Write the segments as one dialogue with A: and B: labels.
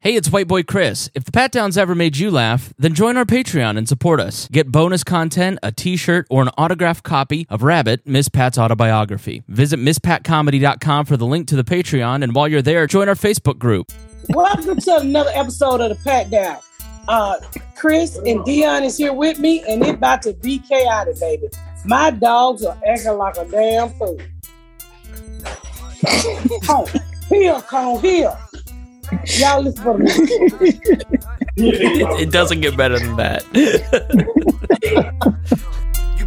A: Hey, it's White Boy Chris. If the Pat Downs ever made you laugh, then join our Patreon and support us. Get bonus content, a t shirt, or an autographed copy of Rabbit, Miss Pat's autobiography. Visit MissPatComedy.com for the link to the Patreon, and while you're there, join our Facebook group.
B: Welcome to another episode of the Pat Down. Uh, Chris and Dion is here with me, and it's about to be chaotic, baby. My dogs are acting like a damn fool. oh, here, come here. Y'all listen for me.
A: It, it doesn't get better than that.
C: You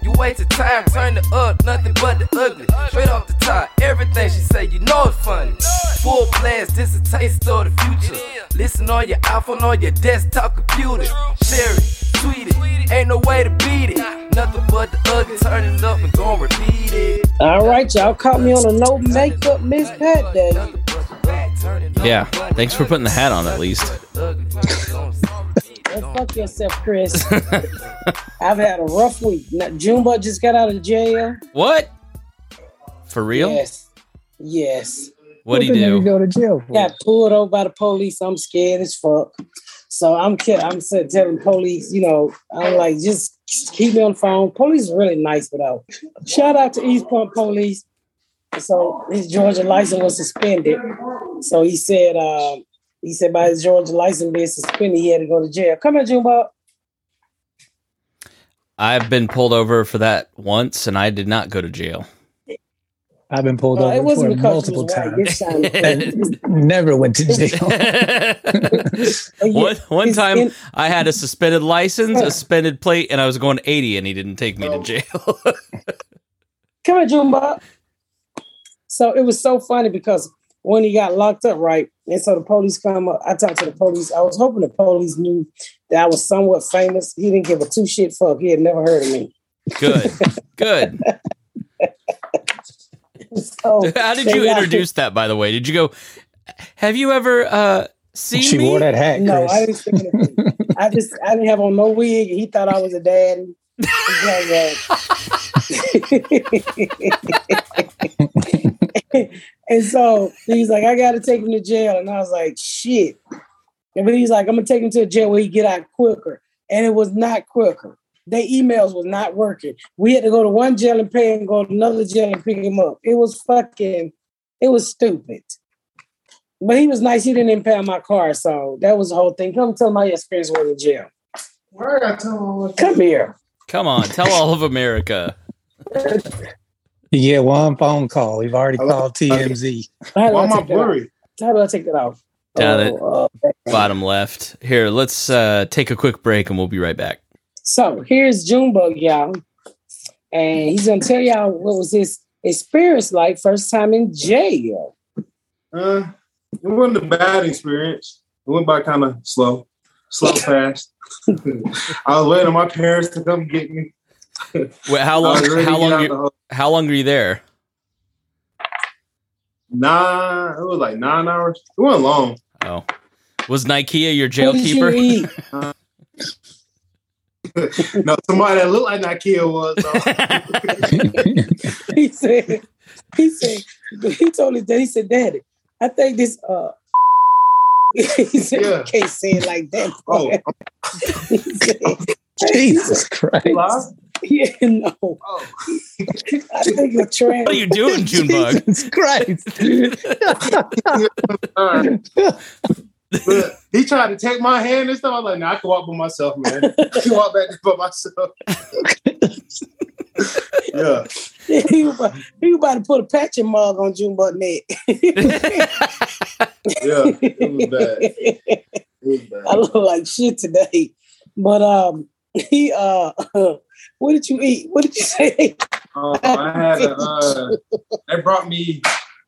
C: You waste your time, turn it up, nothing but the ugly. Straight off the top, everything she say, you know it's funny. Full blast, this a taste of the future. Listen on your iPhone, on your desktop computer. Share it, tweet it, ain't no way to beat it. Nothing but the ugly, turn it up and gon' repeat it.
B: All right, y'all caught me on a no makeup Miss Pat day.
C: Nothing but the ugly, turn it up
A: Yeah,
C: and gon'
A: thanks for putting the hat on at least.
C: Nothing but the ugly.
B: Well, fuck yourself, Chris. I've had a rough week. Now, Junebug just got out of jail.
A: what? For real?
B: Yes. Yes.
A: What'd he
D: What the nigga
A: do?
D: Go to jail for?
B: Got pulled over by the police. I'm scared as fuck. So I'm ki- I'm sa- telling the police, you know, I'm like, just keep me on the phone. Police is really nice, but uh, shout out to East Point Police. So his Georgia license was suspended. So he said, um, he said by his Georgia license being suspended, he had to go to jail. Come here, Junebug.
A: I've been pulled over for that once, and I did not go to jail.
D: I've been pulled
B: Uh,
D: over
B: it wasn't
D: for
B: because
D: multiple
B: he was white.
D: times.
B: This time-
D: and never went to jail.
B: But yeah,
A: one one
B: he's
A: time
B: in-
A: I had a suspended license, a suspended plate, and I was going 80, and he didn't take
B: Oh.
A: me to jail.
B: Come here, Junebug. So it was so funny because when he got locked up, right? And so the police come up. I talked to the police. I was hoping the police knew that I was somewhat famous. He didn't give a two shit fuck. He had never heard of me.
A: Good, good.
B: So
A: How did
B: they
A: you
B: got-
A: introduce that? By the way, did you go? Have you ever uh, seen
D: she
A: me?
D: wore that hat,
B: No, I
D: Chris.
B: didn't say anything. I just I didn't have on no wig. He thought I was a daddy. and so he's like, I gotta take him to jail. And I was like, shit. And but he's like, I'm gonna take him to a jail where he get out quicker. And it was not quicker. Their emails was not working. We had to go to one jail and pay and go to another jail and pick him up. It was fucking, it was stupid. But he was nice. He didn't impound my car, so that was the whole thing. Come tell my experience with the jail. Come here.
A: Come on, tell all of America.
D: You get one phone call. We've already called TMZ.
B: How do,
E: Why
B: I
E: am I
B: take that off?
E: blurry?
B: How do I take that off?
A: Down it.
B: Oh, uh,
A: Bottom left. Here, let's uh, take a quick break, and we'll be right back.
B: so here's Junebug, y'all, and he's gonna tell y'all what was his experience like first time in jail.
E: Uh, it wasn't a bad experience. It went by kind of slow, slow fast. I was waiting on my parents to come get me.
A: Wait, how
E: I
A: long?
E: was ready to
A: How
E: get Oh, out
A: long?
E: the
A: You,
E: house.
A: how long are you there?
E: Nine. It was like nine hours. It wasn't long.
A: Oh, was Nikea your
B: What did you
A: jailkeeper?
B: eat?
E: No, somebody that looked like Nakia was. though.
B: He said. He said. He told his dad. He said, "Daddy, I think this." uh He said,
E: Yeah.
B: "You can't say it like that."
E: oh, I'm
B: He said,
D: Jesus Christ.
E: alive?
B: "Yeah, no."
E: Oh,
B: I think the trans.
A: what are you doing, Junebug?
D: Jesus Christ, dude.
E: all right. But he tried to take my hand and stuff. I was like, nah, I can walk by myself, man. I can walk back there by myself. yeah.
B: he, was about, he was about to put a patching mug on Junebug neck.
E: Yeah. It was bad. It was bad.
B: I look like shit today. But um, he uh, what did you eat? What did you say?
E: Um, I had a, uh, they brought me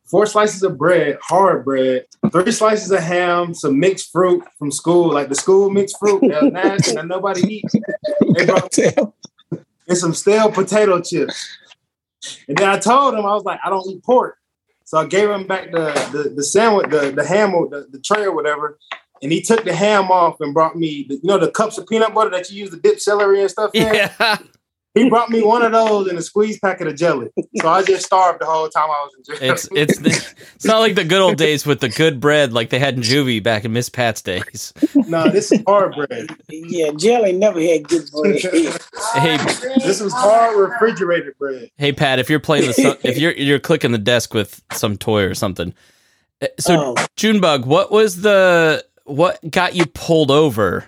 E: four slices of bread, hard bread, three slices of ham, some mixed fruit from school, like the school mixed fruit. That was nasty that nobody eats. They brought
B: Oh,
D: Cocktail.
E: and some stale potato chips. And then I told him, I was like, I don't eat pork. So I gave him back the the, the sandwich, the, the ham, or the, the tray or whatever. And he took the ham off and brought me, the, you know, the cups of peanut butter that you use to dip celery and stuff in.
A: Yeah.
E: He brought me one of those and a squeeze packet of jelly. So I just starved the whole time I was in jail.
A: It's it's the, it's not like the good old days with the good bread like they had in juvie back in Miss Pat's days.
E: no, this is hard bread.
B: Yeah, jelly never had good bread.
A: Hey
E: This was hard refrigerated bread.
A: hey Pat, if you're playing the su- if you're you're clicking the desk with some toy or something. Uh, So
B: Oh.
A: Junebug, what was the what got you pulled over?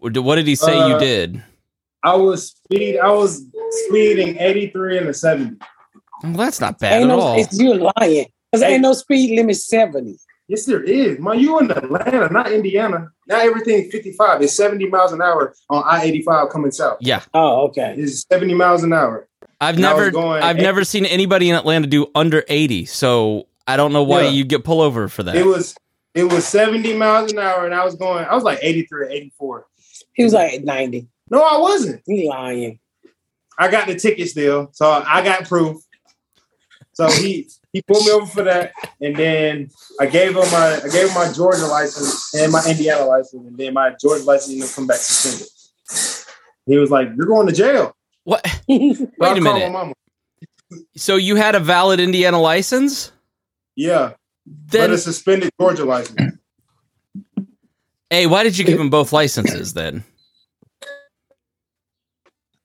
A: What did he say you
E: Uh,
A: did?
E: I was speed, I was speeding 83 and a 70.
A: Well, that's not bad
B: ain't
A: at
B: no,
A: all.
B: It's, you're lying. Because ain't no speed limit 70.
E: Yes, there is. Man, you in Atlanta, not Indiana. Now everything's 55. It's 70 miles an hour on I-85 coming south.
A: Yeah,
B: Oh, okay.
E: It's 70 miles an hour.
A: I've
E: And I was
A: never
E: going
A: I've never seen anybody in Atlanta do under 80. So I don't know why
E: Yeah.
A: you'd get pulled over for that.
E: It was it was 70 miles an hour, and I was going, I was like 83 or 84.
B: He was like 90.
E: No, I wasn't.
B: He lying.
E: I got the ticket still, so I got proof. So he he pulled me over for that, and then I gave him my I gave him my Georgia license and my Indiana license, and then my Georgia license ended up coming back suspended. He was like, "You're going to jail."
A: what?
B: Wait
E: So I
A: Wait a
E: called my
A: minute.
E: mama.
A: So you had a valid Indiana license?
E: Yeah.
A: Then
E: but a suspended Georgia license.
A: Hey, why did you give him both licenses then?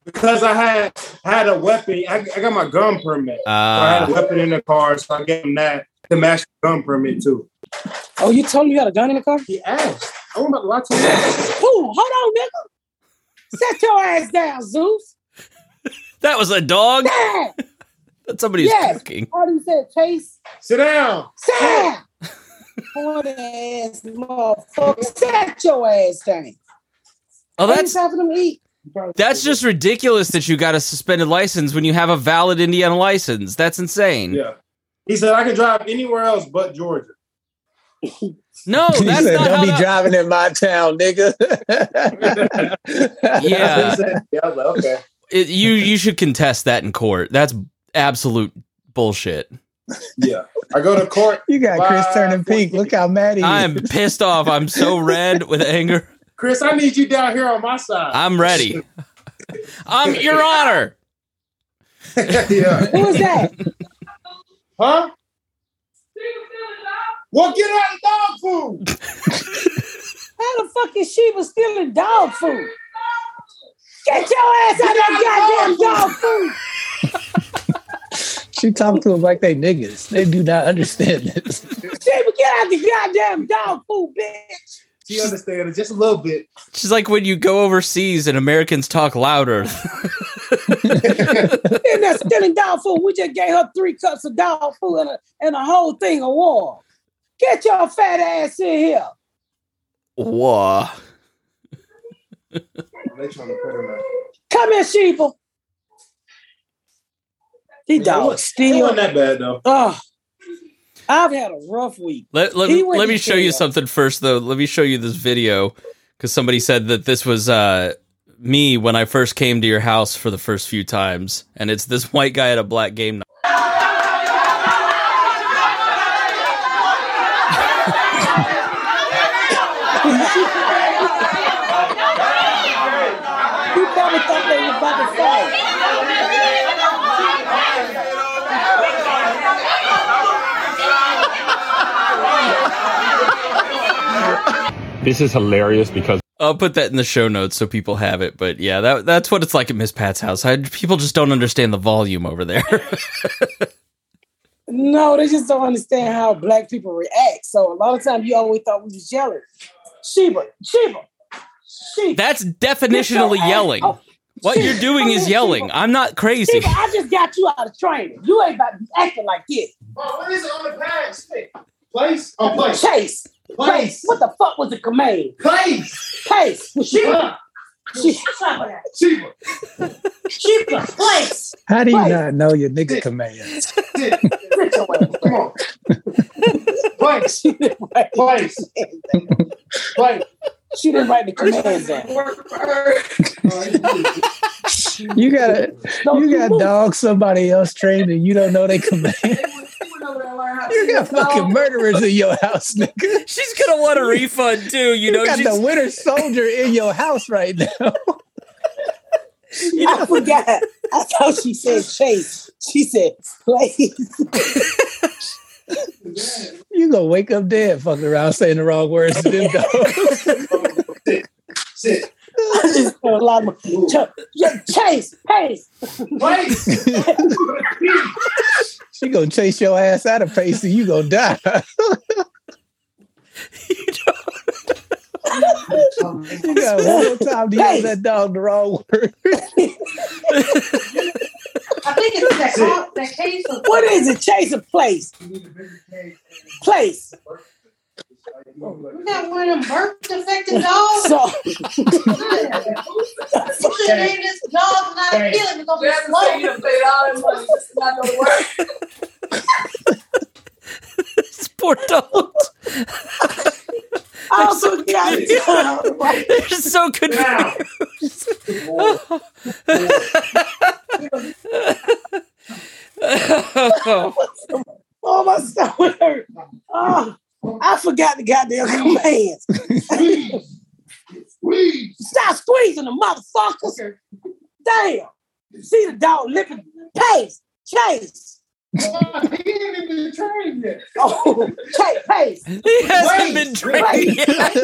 E: Because I had I had a weapon. I, I got my gun permit. So I had
A: Uh,
E: a weapon in the car, so I gave him that to match the gun permit too.
B: Oh, you told him you had a gun in the car?
E: He asked. I want about a lot to you.
B: Ooh, hold on, nigga. Set your ass down, Zeus.
A: that was a dog.
B: Sam.
A: That's somebody's
B: Yes.
A: cooking.
B: What do you say, Chase?
E: Sit down.
B: Sam. Horn ass motherfucker. Set your ass down.
A: Oh,
B: What you
A: that's
B: having them eat?
A: that's just ridiculous that you got a suspended license when you have a valid Indiana license. That's insane.
E: Yeah. He said I can drive anywhere else but Georgia.
A: No,
D: he
A: that's
D: said,
A: not
D: "Don't
A: how
D: be
A: that-
D: driving in my town, nigga."
A: Yeah.
E: That's what he said. yeah I was like, okay.
A: it- you you should contest that in court. That's absolute bullshit.
E: Yeah. I go to court.
D: you got Chris
E: Wow.
D: turning pink. Look how mad he is.
A: I'm pissed off. I'm so red with anger.
E: Chris, I need you down here on my side.
A: I'm ready. I'm your honor.
E: yeah.
B: Who is that?
E: Huh? Well, get out of dog food.
B: How the fuck is Sheba stealing dog food? Get your ass out of that goddamn dog food!
D: She talked to him like they niggas. They do not understand this.
B: Sheba, get out the goddamn dog food, bitch!
E: She understands just a little bit.
A: She's like when you go overseas and Americans talk louder.
B: And that's stealing dog food. We just gave her three cups of dog food and a, and a whole thing of war. Get your fat ass in here.
A: Whoa.
E: They trying to put her
B: Come here, Sheba. He dog
E: It wasn't
B: steal.
E: that bad though.
B: Ugh. I've had a rough week.
A: Let, let,
B: He
A: me-
B: wouldn't
A: let me show you
B: care.
A: something first, though. Let me show you this video because somebody said that this was uh, me when I first came to your house for the first few times, and it's this white guy at a black game night.
B: You probably thought they were about to fight.
F: This is hilarious because
A: I'll put that in the show notes so people have it. But yeah, that that's what it's like at Miss Pat's house. I, people just don't understand the volume over there.
B: No, they just don't understand how black people react. So a lot of times you always thought we was jealous. Sheba, Sheba, Sheba.
A: that's definitionally
B: Get your ass-
A: yelling.
B: Oh,
A: What you're doing is yelling. I'm not crazy.
B: Sheba, I just got you out of training. You ain't about to be acting like this.
E: Oh, what is it on the pad? Stick. Place? Oh, place.
B: Chase, Chase,
E: Place.
B: what the fuck was the command?
E: Place.
B: Chase, Sheba,
E: Huh.
B: Sheba.
E: Sheba.
B: Keep the place.
D: How do you
B: Right.
D: not know your nigga commands?
E: Sit. Sit your ass. Come on. Place, place, place.
B: She didn't write the commands down.
G: Work for her.
D: You gotta
B: Don't
D: you got
B: move.
D: dogs somebody else trained and you don't know they command. You got fucking murderers in your house, nigga.
A: She's gonna want a refund too. You
D: You,
A: know,
D: got
A: she's,
D: the winter soldier in your house right now.
B: I forgot. I thought she said chase. She said place.
D: You gonna wake up dead fucking around saying the wrong words to them dogs.
E: Sit.
B: I just throw a lot of ch- yeah, chase, pace.
E: Place.
D: She gonna chase your ass out of pace and you gonna die. You got one more time to yell that dog the wrong word.
G: I think it's that, con- that case of
B: What is it? Chase a place. Place.
G: We got one of them birth defective dogs.
B: So
G: You should have named this dog not
E: Hey.
G: kill him. It's gonna be
H: Jasmine said you
G: slow.
H: done paid all that money. It's not gonna work.
A: These poor dogs.
B: I also got it.
A: They're so confused.
E: Now. Boy,
B: Oh my stomach hurt. Oh, I forgot the goddamn commands.
E: please.
B: Stop squeezing the motherfuckers. Damn. See the dog lipping. Pace. Chase.
E: Uh, He ain't even trained yet.
B: Oh, chase, pace.
A: He hasn't
E: Wait,
A: been trained yet.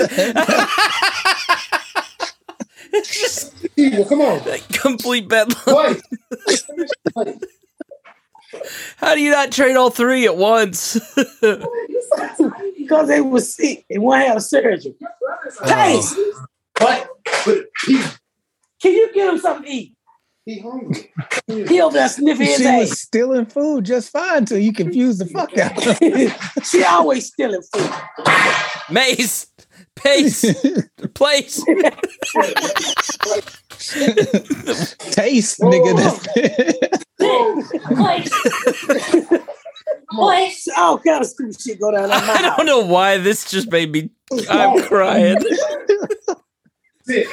A: Just
E: Eagle, come on.
A: complete bedlam.
E: Place.
A: How do you not train all three at once?
B: Because they was sick. They want to have surgery. Pace.
E: Place. But he,
B: Can you get him something to eat?
E: he hungry.
B: He over there sniffing his
D: She was
B: ass.
D: stealing food just fine till you confused the fuck out of her.
B: she always stealing food.
A: Mace, pace, place.
D: Taste, nigga.
G: Place. Place.
B: All kind of stupid shit go down in my
A: I
B: house.
A: don't know why this just made me. I'm crying.
E: Sit.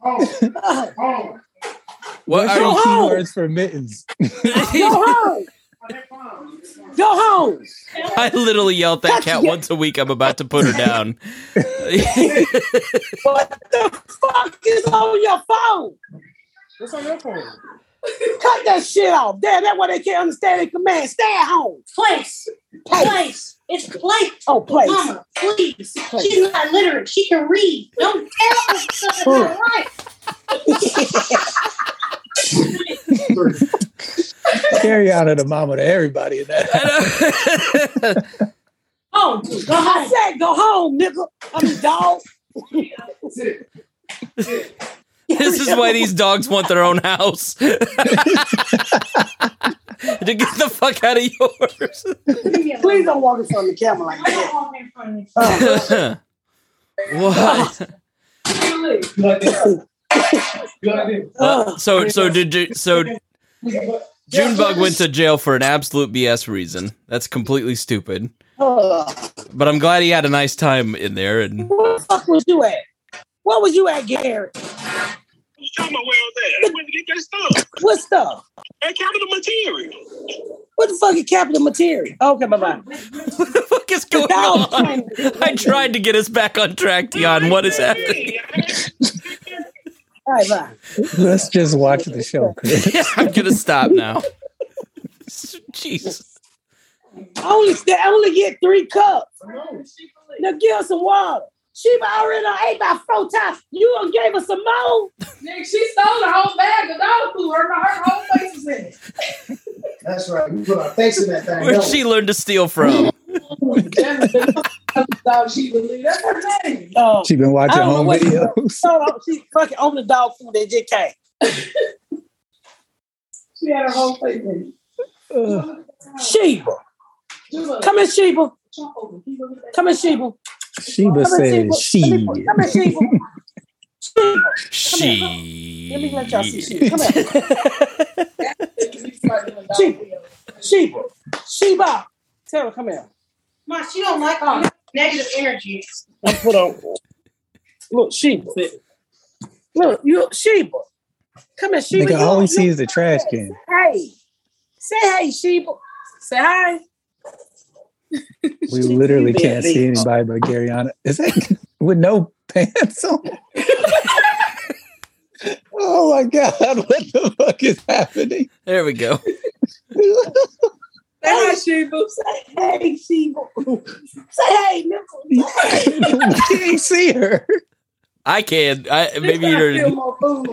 E: Home. Home.
A: What
D: That's
A: are
D: your
B: Go home.
D: keywords for mittens.
B: Go home. Go home.
A: I literally yell at that cat once a week. I'm about to put her down.
B: What the fuck is on your phone?
E: What's on your phone?
B: Cut that shit off. Damn, that's why they can't understand the command. Stay at home.
G: Place. Place. It's place.
B: Oh, place.
G: Mama, please. She's not literate. She can read. Don't tell her something not right.
D: Carry on to the mama to everybody in that. house.
G: Oh,
B: I
G: God.
B: said go home, nigga. I mean, dog.
E: Sit. Sit.
A: this is why these dogs want their own house. to get the fuck out of yours.
B: Please Uh, don't walk in front of the camera like that.
A: what?
E: You like this? You like this?
A: Uh, so so did you, so Junebug went to jail for an absolute BS reason. That's completely stupid.
B: Uh,
A: But I'm glad he had a nice time in there. And
B: where the fuck was you at? Where was you at, Gary?
I: Tell me where I was at. I went to get that stuff.
B: What stuff?
I: That capital material.
B: What the fuck is capital material? Okay, bye bye.
A: what the fuck is going
B: Dog.
A: on? I tried to get us back on track, Dion. What is happening?
B: All right, bye.
D: Let's just watch the show. Chris.
A: Yeah, I'm gonna stop now. Jesus.
B: I only, I only get three cups. Now give us some water. She already done ate by four times. You done gave us some more.
H: Nick, she stole the whole bag of dog food. Her, her whole face was in it.
E: That's right. We put our face in that thing.
A: Where'd
E: don't we?
A: she learn to steal from?
H: Jasmine, dog she would leave. That's her name.
B: Uh,
D: She been watching
B: I don't know
D: home
B: what-
D: videos.
B: so uh, she fucking opened the dog food. They just came.
H: She had her whole face in
D: Ugh.
B: Sheba,
H: it.
B: come here, Sheba. Come here, Sheba.
D: Sheba
B: Come here, Sheba.
D: says she.
B: Come here, Sheba.
A: She.
G: Let me let y'all see shit. Come here.
B: Sheba, Sheba, Sheba. Tara, come here.
G: Ma, she don't like all negative energy.
B: I put on. Look, Sheba. Look, you Sheba. Come here, Sheba.
D: Nigga,
B: You-
D: all we
B: you-
D: see is the trash can.
B: Hey, say hey, Sheba. Say hi.
D: We literally
B: You
D: can't
B: bad
D: see
B: bitch.
D: anybody but Garyana. Is that with no pants on? oh my god! What the fuck is happening?
A: There we go.
B: Say hi, Sheba.
G: Say, hey, Sheba. Say, hey, Nickel.
D: we can't see her.
A: I can. I maybe
G: I feel
A: you're.
G: more food.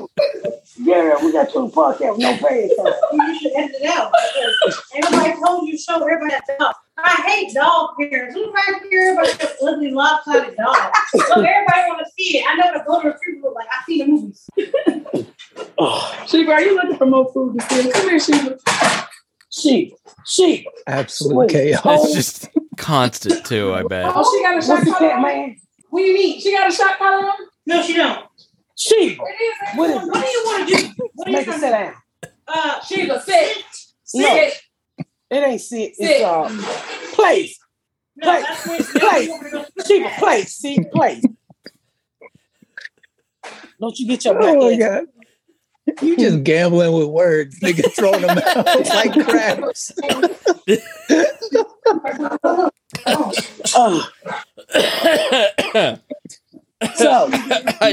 B: Yeah, we got you in park out with no pants on.
G: You should edit it out. because Everybody told you show everybody that dog. I hate dog parents. Who right here about this ugly lopsided dog? So everybody want to see it. I know the golden retriever look like. I see the movies.
H: Sheba, are you looking for more food to steal? Come here, Sheba.
B: Sheba, Sheba.
D: Absolute chaos.
A: It's just constant too. I bet.
H: Oh, she got a
B: What's
H: shot
B: the
H: collar
B: cat,
H: on.
B: man?
H: What do you mean? She got a shot collar on?
G: No, she don't.
B: Sheba,
H: It is.
B: What
H: What is
B: is it?
G: What do you want to do? What do you
B: make it
G: want
B: sit
G: to do?
B: down.
G: Uh,
H: Sheba, sit.
B: No,
H: Sit.
B: it ain't sit.
H: Sit.
B: It's uh, place.
G: no, that's where
B: Place. Sheba, place. See, place. Don't you get your black
D: Oh my
B: ass
D: god! You just gambling with words, nigga, throwing them out like crap.
B: Uh,
A: I
B: so,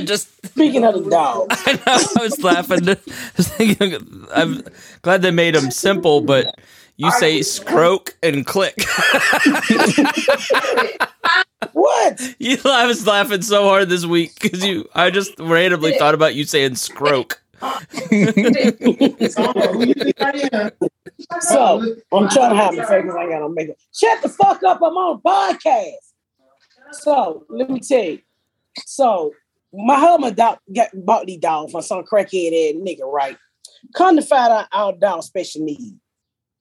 A: just.
B: speaking of the dog,
A: I know. I was laughing. I was thinking, I'm glad they made them simple, but you say scroke and click.
B: what?
A: you, I was laughing so hard this week because you. I just randomly thought about you saying scroke.
B: So, I'm trying to hide my face because I ain't got no makeup. Shut the fuck up. I'm on podcast. So, let me tell you. So, my husband dog, got, bought these dogs from some crackhead ass nigga, right? Come to find out our dog special needs.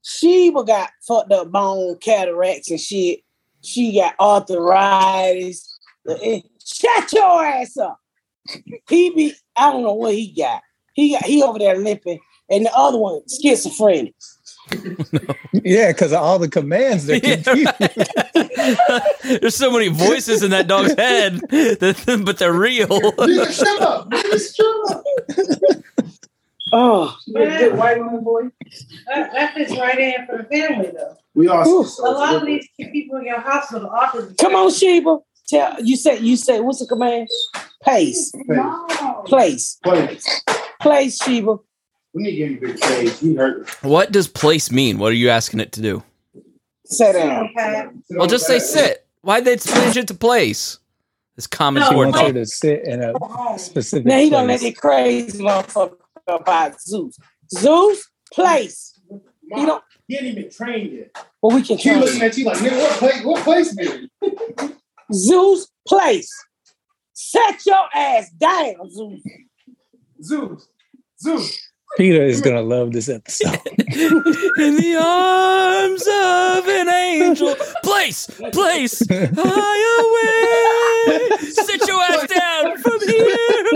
B: Sheba got fucked up bone cataracts and shit. She got arthritis. Eh, Shut your ass up. He be, I don't know what he got. He got he over there limping, and the other one schizophrenic.
D: Yeah, because of all the commands they're
A: Yeah,
D: confused.
A: right. There's so many voices in that dog's head, that- but they're real.
I: shut up.
B: Oh,
G: That,
I: White woman boy.
G: that fits right in for the family, though.
E: We all
B: Ooh.
E: see
G: A lot of
E: so
G: these people in your hospital often.
B: come on, Sheba. Tell you said you said what's the command? Pace, place,
E: plays.
B: place, Sheba.
E: We need to give him big plays. He hurt.
A: What does place mean? What are you asking it to do?
B: Sit down.
G: Okay.
A: Well, just say sit. Why'd they change it to place? This common
G: No,
D: She
A: word.
D: wants her
A: talk.
D: to sit in a specific
B: Now he don't let
D: place.
B: that crazy motherfucker about Zeus. Zeus, place. He don't.
E: He ain't even trained yet.
B: But we can
I: She
B: count
I: looking at you like, nigga, what place? What place, nigga?
B: Zeus, place. Set your ass down, Zeus.
E: Zeus. Zeus.
D: Peter is gonna love this episode.
A: In the arms of an angel. Place, place, high away. Sit your ass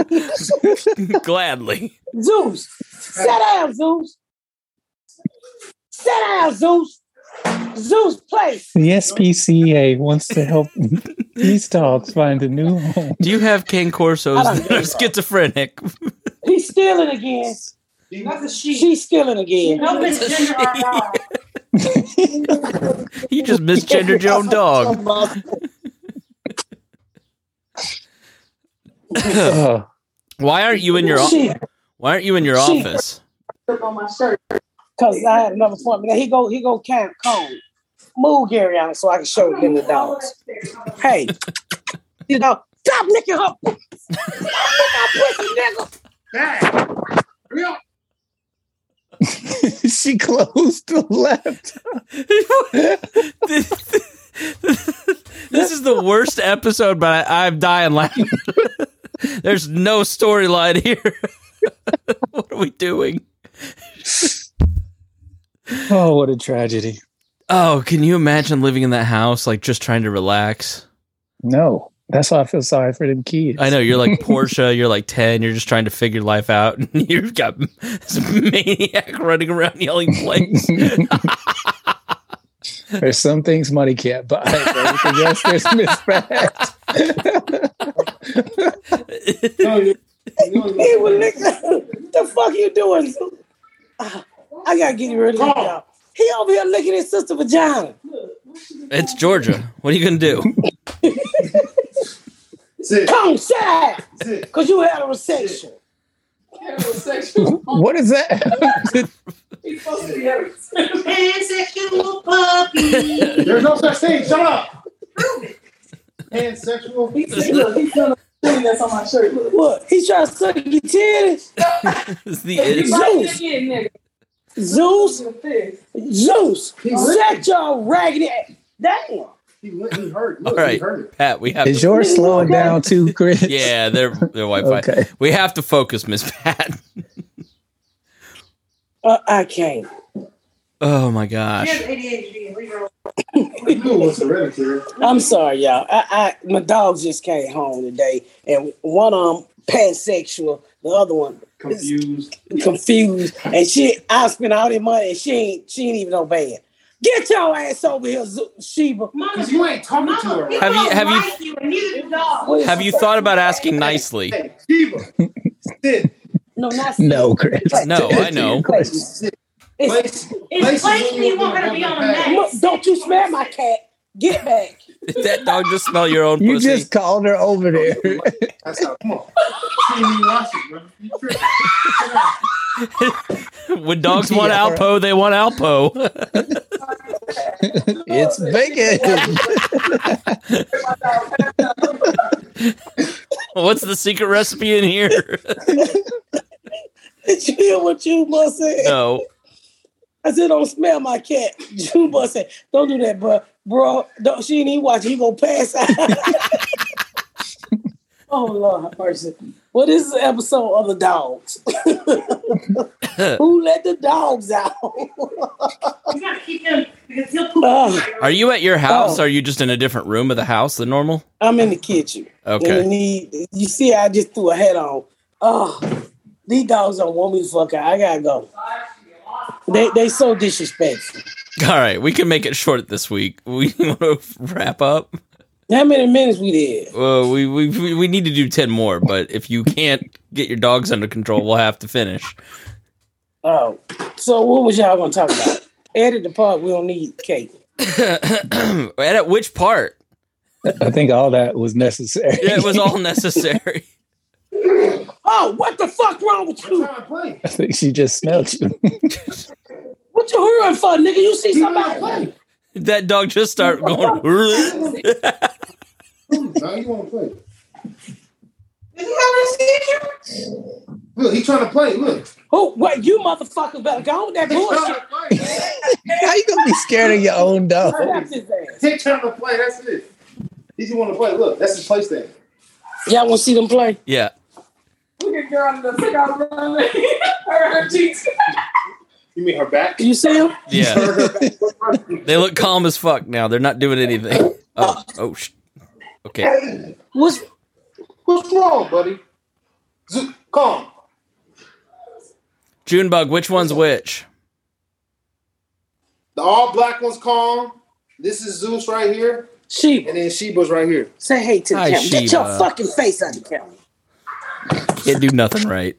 A: down from here. Gladly.
B: Zeus, sit down, Zeus. Sit down, Zeus. Zeus, place.
D: The SPCA wants to help these dogs find a new home.
A: Do you have cane corsos
B: I don't
A: that are schizophrenic?
B: He's stealing again.
G: That's a she.
B: She's stealing again.
G: Don't misgender our dog.
A: You just misgendered your own dog.
D: Oh,
A: Why aren't you in your
B: She,
A: Why aren't you in your
B: She-
A: office?
H: on my shirt.
B: cause I had another appointment. Now He go, he go, camp cone. Move Gary on so I can show them the dogs. Hey, you know, stop licking her. Stop licking her pussy, nigga.
I: Dang. Real.
D: she closed the left.
A: this is the worst episode, but I, I'm dying laughing. There's no storyline here. what are we doing?
D: Oh, what a tragedy.
A: Oh, can you imagine living in that house, like just trying to relax?
D: No. That's why I feel sorry for them kids.
A: I know you're like Portia. You're like ten. You're just trying to figure life out. And you've got this maniac running around yelling plays.
D: There's some things money can't buy. but Everything else there's misfacts.
E: No, you- you know-
B: Hey, well, nigga, the fuck you doing? Sue? Ah, I gotta get rid of this job. He over here licking his sister vagina.
A: It's Georgia. What are you gonna do?
E: Sit,
B: Come sad,
E: sit.
B: cause you heterosexual.
H: Heterosexual.
D: What is that?
H: He's supposed to be heterosexual.
G: Pansexual puppy.
E: There's no such thing. Shut up. Pansexual.
H: He's look, he's doing a thing that's on my shirt. Look.
B: What? He trying to suck your titties?
A: It's the
H: If
A: it's,
H: you bite
B: Zeus.
H: it again, nigga, it's
B: Zeus,
H: your fist.
B: Zeus, set your raggedy ass. Damn.
E: He, lit- he hurt.
A: all
E: Look, he
A: right,
E: hurt.
A: Pat. We have
D: Is
A: to,
D: yours slowing down too, Chris?
A: yeah, they're they're Wi-Fi.
D: Okay.
A: We have to focus, Miss Pat.
B: Uh, I can't.
A: Oh my
G: She has
A: gosh.
G: ADHD. Leave her alone.
E: He knew it was hereditary.
B: I'm sorry, y'all. I, I my dog just came home today, and one of them pansexual, the other one
E: Confused.
B: confused, and she I spent all that money, and she ain't she ain't even obeying. Get your ass over here, Zo- Sheba.
G: Mama,
E: Because you ain't talking to her.
G: mama,
E: Right?
A: Have
G: have
A: you-
G: you,
A: have you-
G: like you, and neither do dogs.
B: Please.
A: Have you thought about asking nicely?
E: Hey, Sheba. Sit.
B: No, not
D: No, Chris.
A: No, I know.
B: Place.
E: Sit.
B: It's-
E: Place.
G: It's
E: Place
G: place
E: me
G: me want her to be on the mat.
B: Look, don't you smell my cat? Get back.
A: Did that dog just smell your own
D: You
A: pussy?
D: just called her over there.
A: Oh,
E: That's how. Come on. See me watching, bro. You tripping. Sit down.
A: when dogs want
D: Yeah, right.
A: Alpo, they want Alpo.
D: it's bacon.
A: What's the secret recipe in here?
B: Did you hear what you must say?
A: no.
B: I said, don't smell my cat. Juba said, don't do that, bro. Bro, don't, she ain't even watching. You gonna pass out. oh, Lord, have mercy. Well, this is an episode of the dogs. Who let the dogs out?
G: You gotta keep him because he'll poop.
B: Ah.
A: Are you at your house?
B: Oh.
A: Are you just in a different room of the house than normal?
B: I'm in the kitchen. And
A: Okay.
B: I need, you see, I just threw a hat on. Oh, these dogs don't want me to fuck out. I gotta go. They they so disrespectful.
D: Mm.
A: All right. We can make it short this week. We want to wrap up.
B: How many minutes we did?
A: Uh, we, we we- we need to do ten more, but if you can't get your dogs under control, we'll have to finish.
B: Oh, so what was y'all gonna talk about? Edit the part we don't need cake.
A: and at which part?
D: I think all that was necessary.
A: Yeah, It was all necessary.
B: Oh, what the fuck wrong with you?
E: Trying to play.
D: I think she just smelled you.
B: What you hurrying for, nigga? You see
E: He trying to
B: somebody?
E: play.
A: that dog just started going.
E: No, you want to play. Look, he trying to play. Look.
B: Who? What? You motherfuckers better go on with that
E: He trying
B: bullshit.
E: to play.
D: How you gonna be scared of your own dog?
B: Slap his ass.
E: He trying to play. That's it. He just want to play. Look, that's his play stand.
B: Y'all want to see them play?
A: yeah.
H: Look at girl in the cigar running. her, her cheeks.
E: You mean her back?
B: You see them?
A: Yeah. They look calm as fuck now. They're not doing anything. Oh, oh, sh- okay.
B: What's
E: What's wrong, buddy? Zo- Calm.
A: Junebug, which one's which?
E: The all black one's calm. This is Zeus right here,
B: Sheba?
E: and then Sheba's right here.
B: Say hey to the
A: Hi,
B: camera. Get your
A: Sheba.
B: fucking face out of the camera.
A: Can't do nothing right.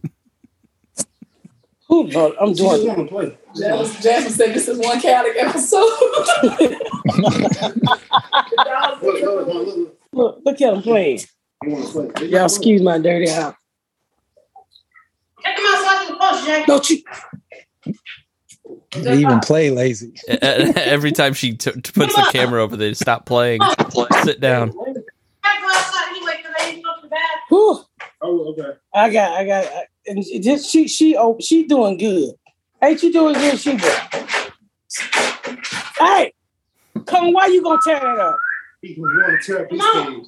B: Who? Lord, I'm
E: She just
B: doing.
E: want to play.
H: Jasmine, Jasmine said this is one chaotic episode. The dogs
E: Look, look, look, look, look.
B: Look, look at them playing.
E: You want to play?
B: Y'all excuse my dirty house.
G: Take him outside to the post, Jack.
B: Don't you?
D: They even play lazy.
A: E- e- Every time she t- t- puts the camera over, they stop playing. Sit down.
G: Jack go outside anyway because I ain't going to the bathroom.
B: Whew.
E: Oh, okay.
B: I got, I got, I, and she- just she, she, oh, she doing good. Ain't you doing good? She good. Hey, come, why you gonna tear that up?
E: He was going to tear up his cage.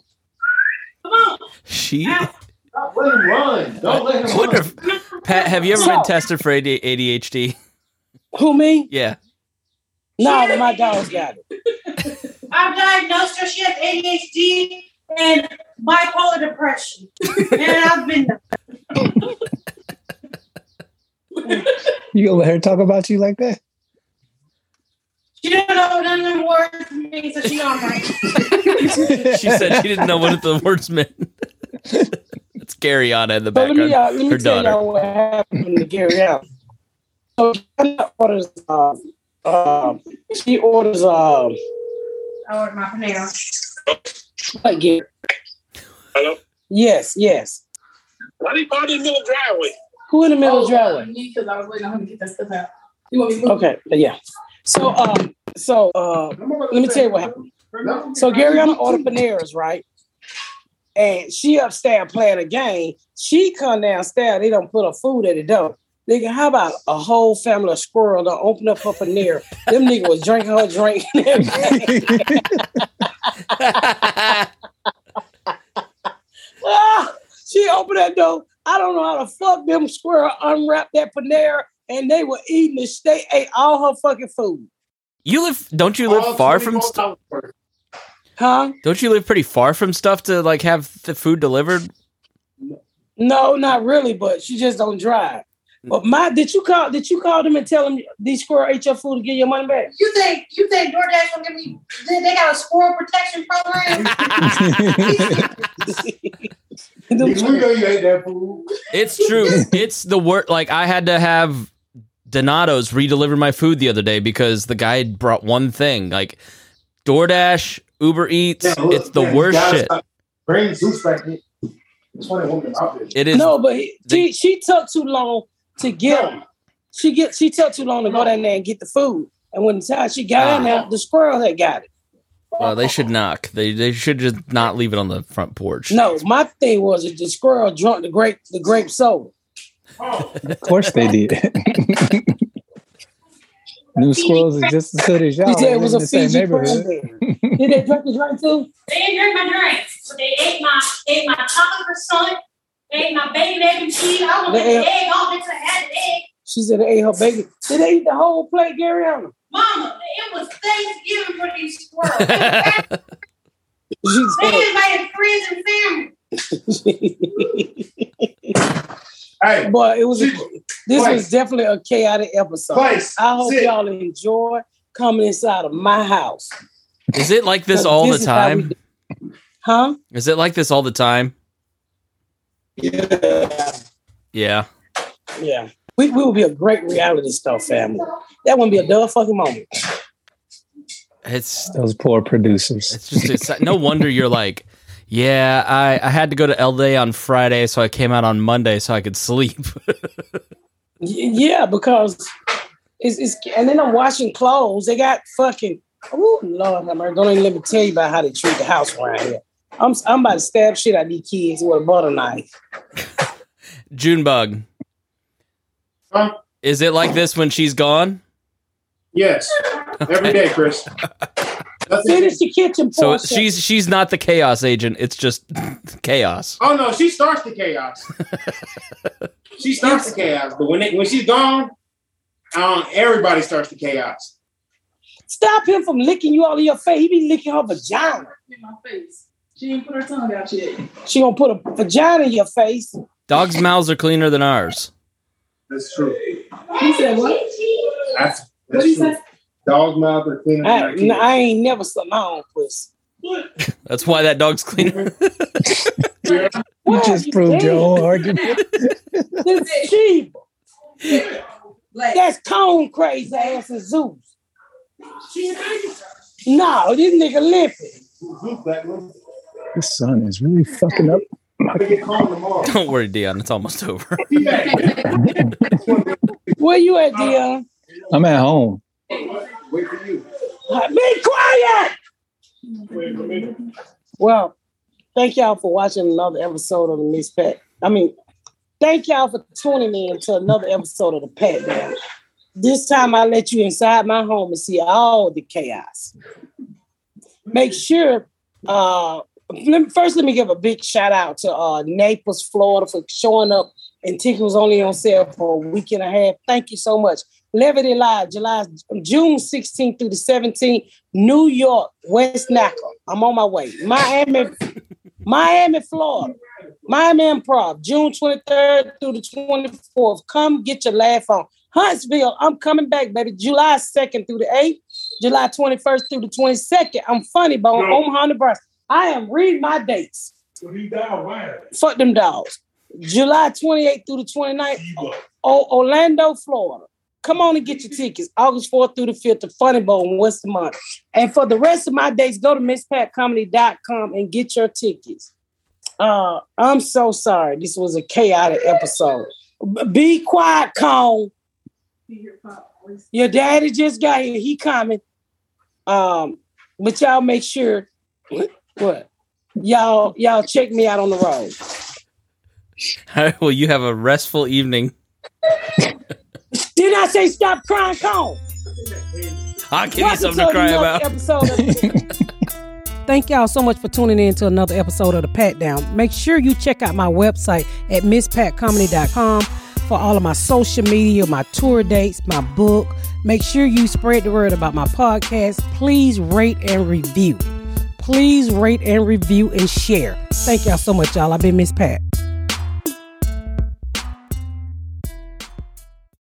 G: Come on.
A: She.
E: Don't let him run. Don't let
A: I
E: him
A: wonder
E: run.
A: if- Pat, have you ever been tested for AD- ADHD?
B: Who me?
A: Yeah.
B: No, my dog's got it.
G: I've diagnosed her. She has ADHD. and bipolar depression. and I've been there.
D: You gonna let her talk about you like that?
G: She don't know none of the words mean, so she don't write.
A: She said she didn't know what the words meant. it's Gary on in the
B: So let
A: background.
B: me, uh, let me
A: her
B: tell
A: daughter.
B: y'all what happened to Gary out. So she orders, uh, uh, she orders, uh,
G: I ordered Oh, my Panera.
B: what, Gary?
I: Hello?
B: Yes, yes.
I: Why do you party in the middle of the driveway?
B: Who in the middle of
H: Oh,
B: the driveway?
H: Me, because I was waiting on him to get that stuff out. You want me to move?
B: Okay, yeah. So, um, so, uh, let me tell you what happened. So Garyana ordered Panera's, right? And she upstairs playing a game. She come downstairs, they don't put her food at the door. Nigga, how about a whole family of squirrel don't open up her Panera? Them nigga was drinking her drink and everything. Ah, she opened that door. I don't know how the fuck them squirrel unwrapped that Panera and they were eating this. They ate all her fucking food.
A: you live? Don't you live
B: Oh,
E: All
A: far from?
E: 24
A: St-
E: hours worth.
B: Huh?
A: don't you live pretty far from stuff to like have the food delivered?
B: No, not really, but she just don't drive. But my did you call did you call them and tell them these squirrel ate your food to get your money back?
G: You think you think DoorDash gonna give me? They they got a squirrel protection program.
B: Them
E: Nigga, we know you ate that food.
A: It's true. it's the word. Like I had to have Donato's re-deliver my food the other day because the guy had brought one thing like DoorDash, Uber Eats.
E: Yeah, look,
A: it's the
E: man, you
A: worst
E: gotta
A: shit.
E: stop. Bring Zeus back in. That's why they want them out there.
A: It is.
B: no, but he,
A: they-
B: she, she took too long to get them. She get she took too long to go down there and get the food. And when the time she got in
E: Ah.
B: there, the squirrel had got it.
A: Well, they should knock. They they should just not leave it on the front porch.
B: No, my thing was that the squirrel drunk the grape the grape soda.
D: Of course they did. New squirrels are just as good as y'all.
B: He said it was
D: in
B: a
D: the same
B: Fiji
D: neighborhood.
B: grandbaby. Did they drink the drink too?
G: They didn't drink my drinks, but they ate my ate my chocolate croissant. They ate my baby egg and cheese. I was
B: They
G: going
B: ate-
G: the egg off until I had the egg.
B: She said they ate her baby. Did they eat the whole plate, Garyana?
G: Mama, it was Thanksgiving for these squirrels. they
B: She said,
G: invited friends and family.
E: Hey,
B: but it was a, this
E: Clay.
B: was definitely a chaotic episode.
E: place.
B: I hope
E: sit.
B: y'all enjoy coming inside of my house.
A: Is it like this all the
B: This is how we
A: time?
B: do- Huh?
A: Is it like this all the time? Yeah.
B: Yeah. We, we would be a great reality star family. That wouldn't be a dull fucking moment.
A: It's
D: Those poor producers.
A: it's just it's, no wonder you're like, yeah, I, I had to go to LA on Friday, so I came out on Monday so I could sleep.
B: Y- yeah, because it's, it's and then I'm washing clothes. They got fucking oh Lord, have mercy. don't even let me tell you about how they treat the house around here. I'm I'm about to stab shit out these kids with a butter knife.
A: Junebug.
E: Huh?
A: Is it like this when she's gone?
E: Yes. Every day, Chris. That's it.
B: Finish the kitchen
A: So
B: portion.
A: she's she's not the chaos agent. It's just chaos.
E: Oh no, she starts the chaos. she starts the chaos, but when it, when she's gone, um, everybody starts the chaos.
B: Stop him from licking you all in your face. He be licking her vagina.
H: In my face. She ain't put her tongue out yet.
B: She gonna put a vagina in your face.
A: Dogs' mouths are cleaner than ours.
E: That's true.
H: He said what?
E: That's,
H: What
E: that's
H: do you
E: true.
H: say?
E: Dog mouth are cleaner
B: I,
E: than
B: n-
E: our
B: I ain't never sucked my own pussy.
A: That's why that dog's cleaner.
E: kids.
D: You
B: What?
D: just proved your
B: did.
D: whole argument.
B: This is cheap.
H: Like,
B: That's cone crazy ass and Zeus. No, this nigga limping.
D: This sun is really fucking up.
A: Don't worry, Dion. It's almost over.
B: Where you at, Dion?
D: I'm at home.
E: Wait for you.
B: Be quiet. Well, thank y'all for watching another episode of the Miss Pat. I mean, thank y'all for tuning in to another episode of the Pat Down. This time I let you inside my home and see all the chaos. Make sure, uh, let me- first, let me give a big shout out to uh, Naples, Florida for showing up. And ticket was only on sale for a week and a half. Thank you so much. Levity Live, July, June 16th through the 17th, New York, West Nacogdoches. I'm on my way. Miami, Miami, Florida. Miami Improv, June 23rd through the 24th. Come get your laugh on. Huntsville, I'm coming back, baby. July 2nd through the 8th, July 21st through the 22nd. I'm funny bone,
I: No.
B: Omaha, Nebraska. I am read my dates.
I: When he died, why?
B: Fuck them dogs. July 28th through the 29th, o- Oh, Orlando, Florida. Come on and get your tickets. August 4th through the 5th, the Funny Bowl in West Month. And for the rest of my dates, go to MissPatComedy.com and get your tickets. Uh, I'm so sorry. This was a chaotic episode. B- be quiet, Cone. Your daddy just got here. He coming. Um, but y'all make sure what y'all y'all check me out on the road.
A: All right, well, you have a restful evening.
B: Did I say stop crying, Cone?
A: I'll give you
B: Welcome
A: something to cry
B: another
A: about.
B: Episode of- Thank y'all so much for tuning in to another episode of The Pat Down. Make sure you check out my website at misspatcomedy.com for all of my social media, my tour dates, my book. Make sure you spread the word about my podcast. Please rate and review. Please rate and review and share. Thank y'all so much, y'all. I've been Miss Pat.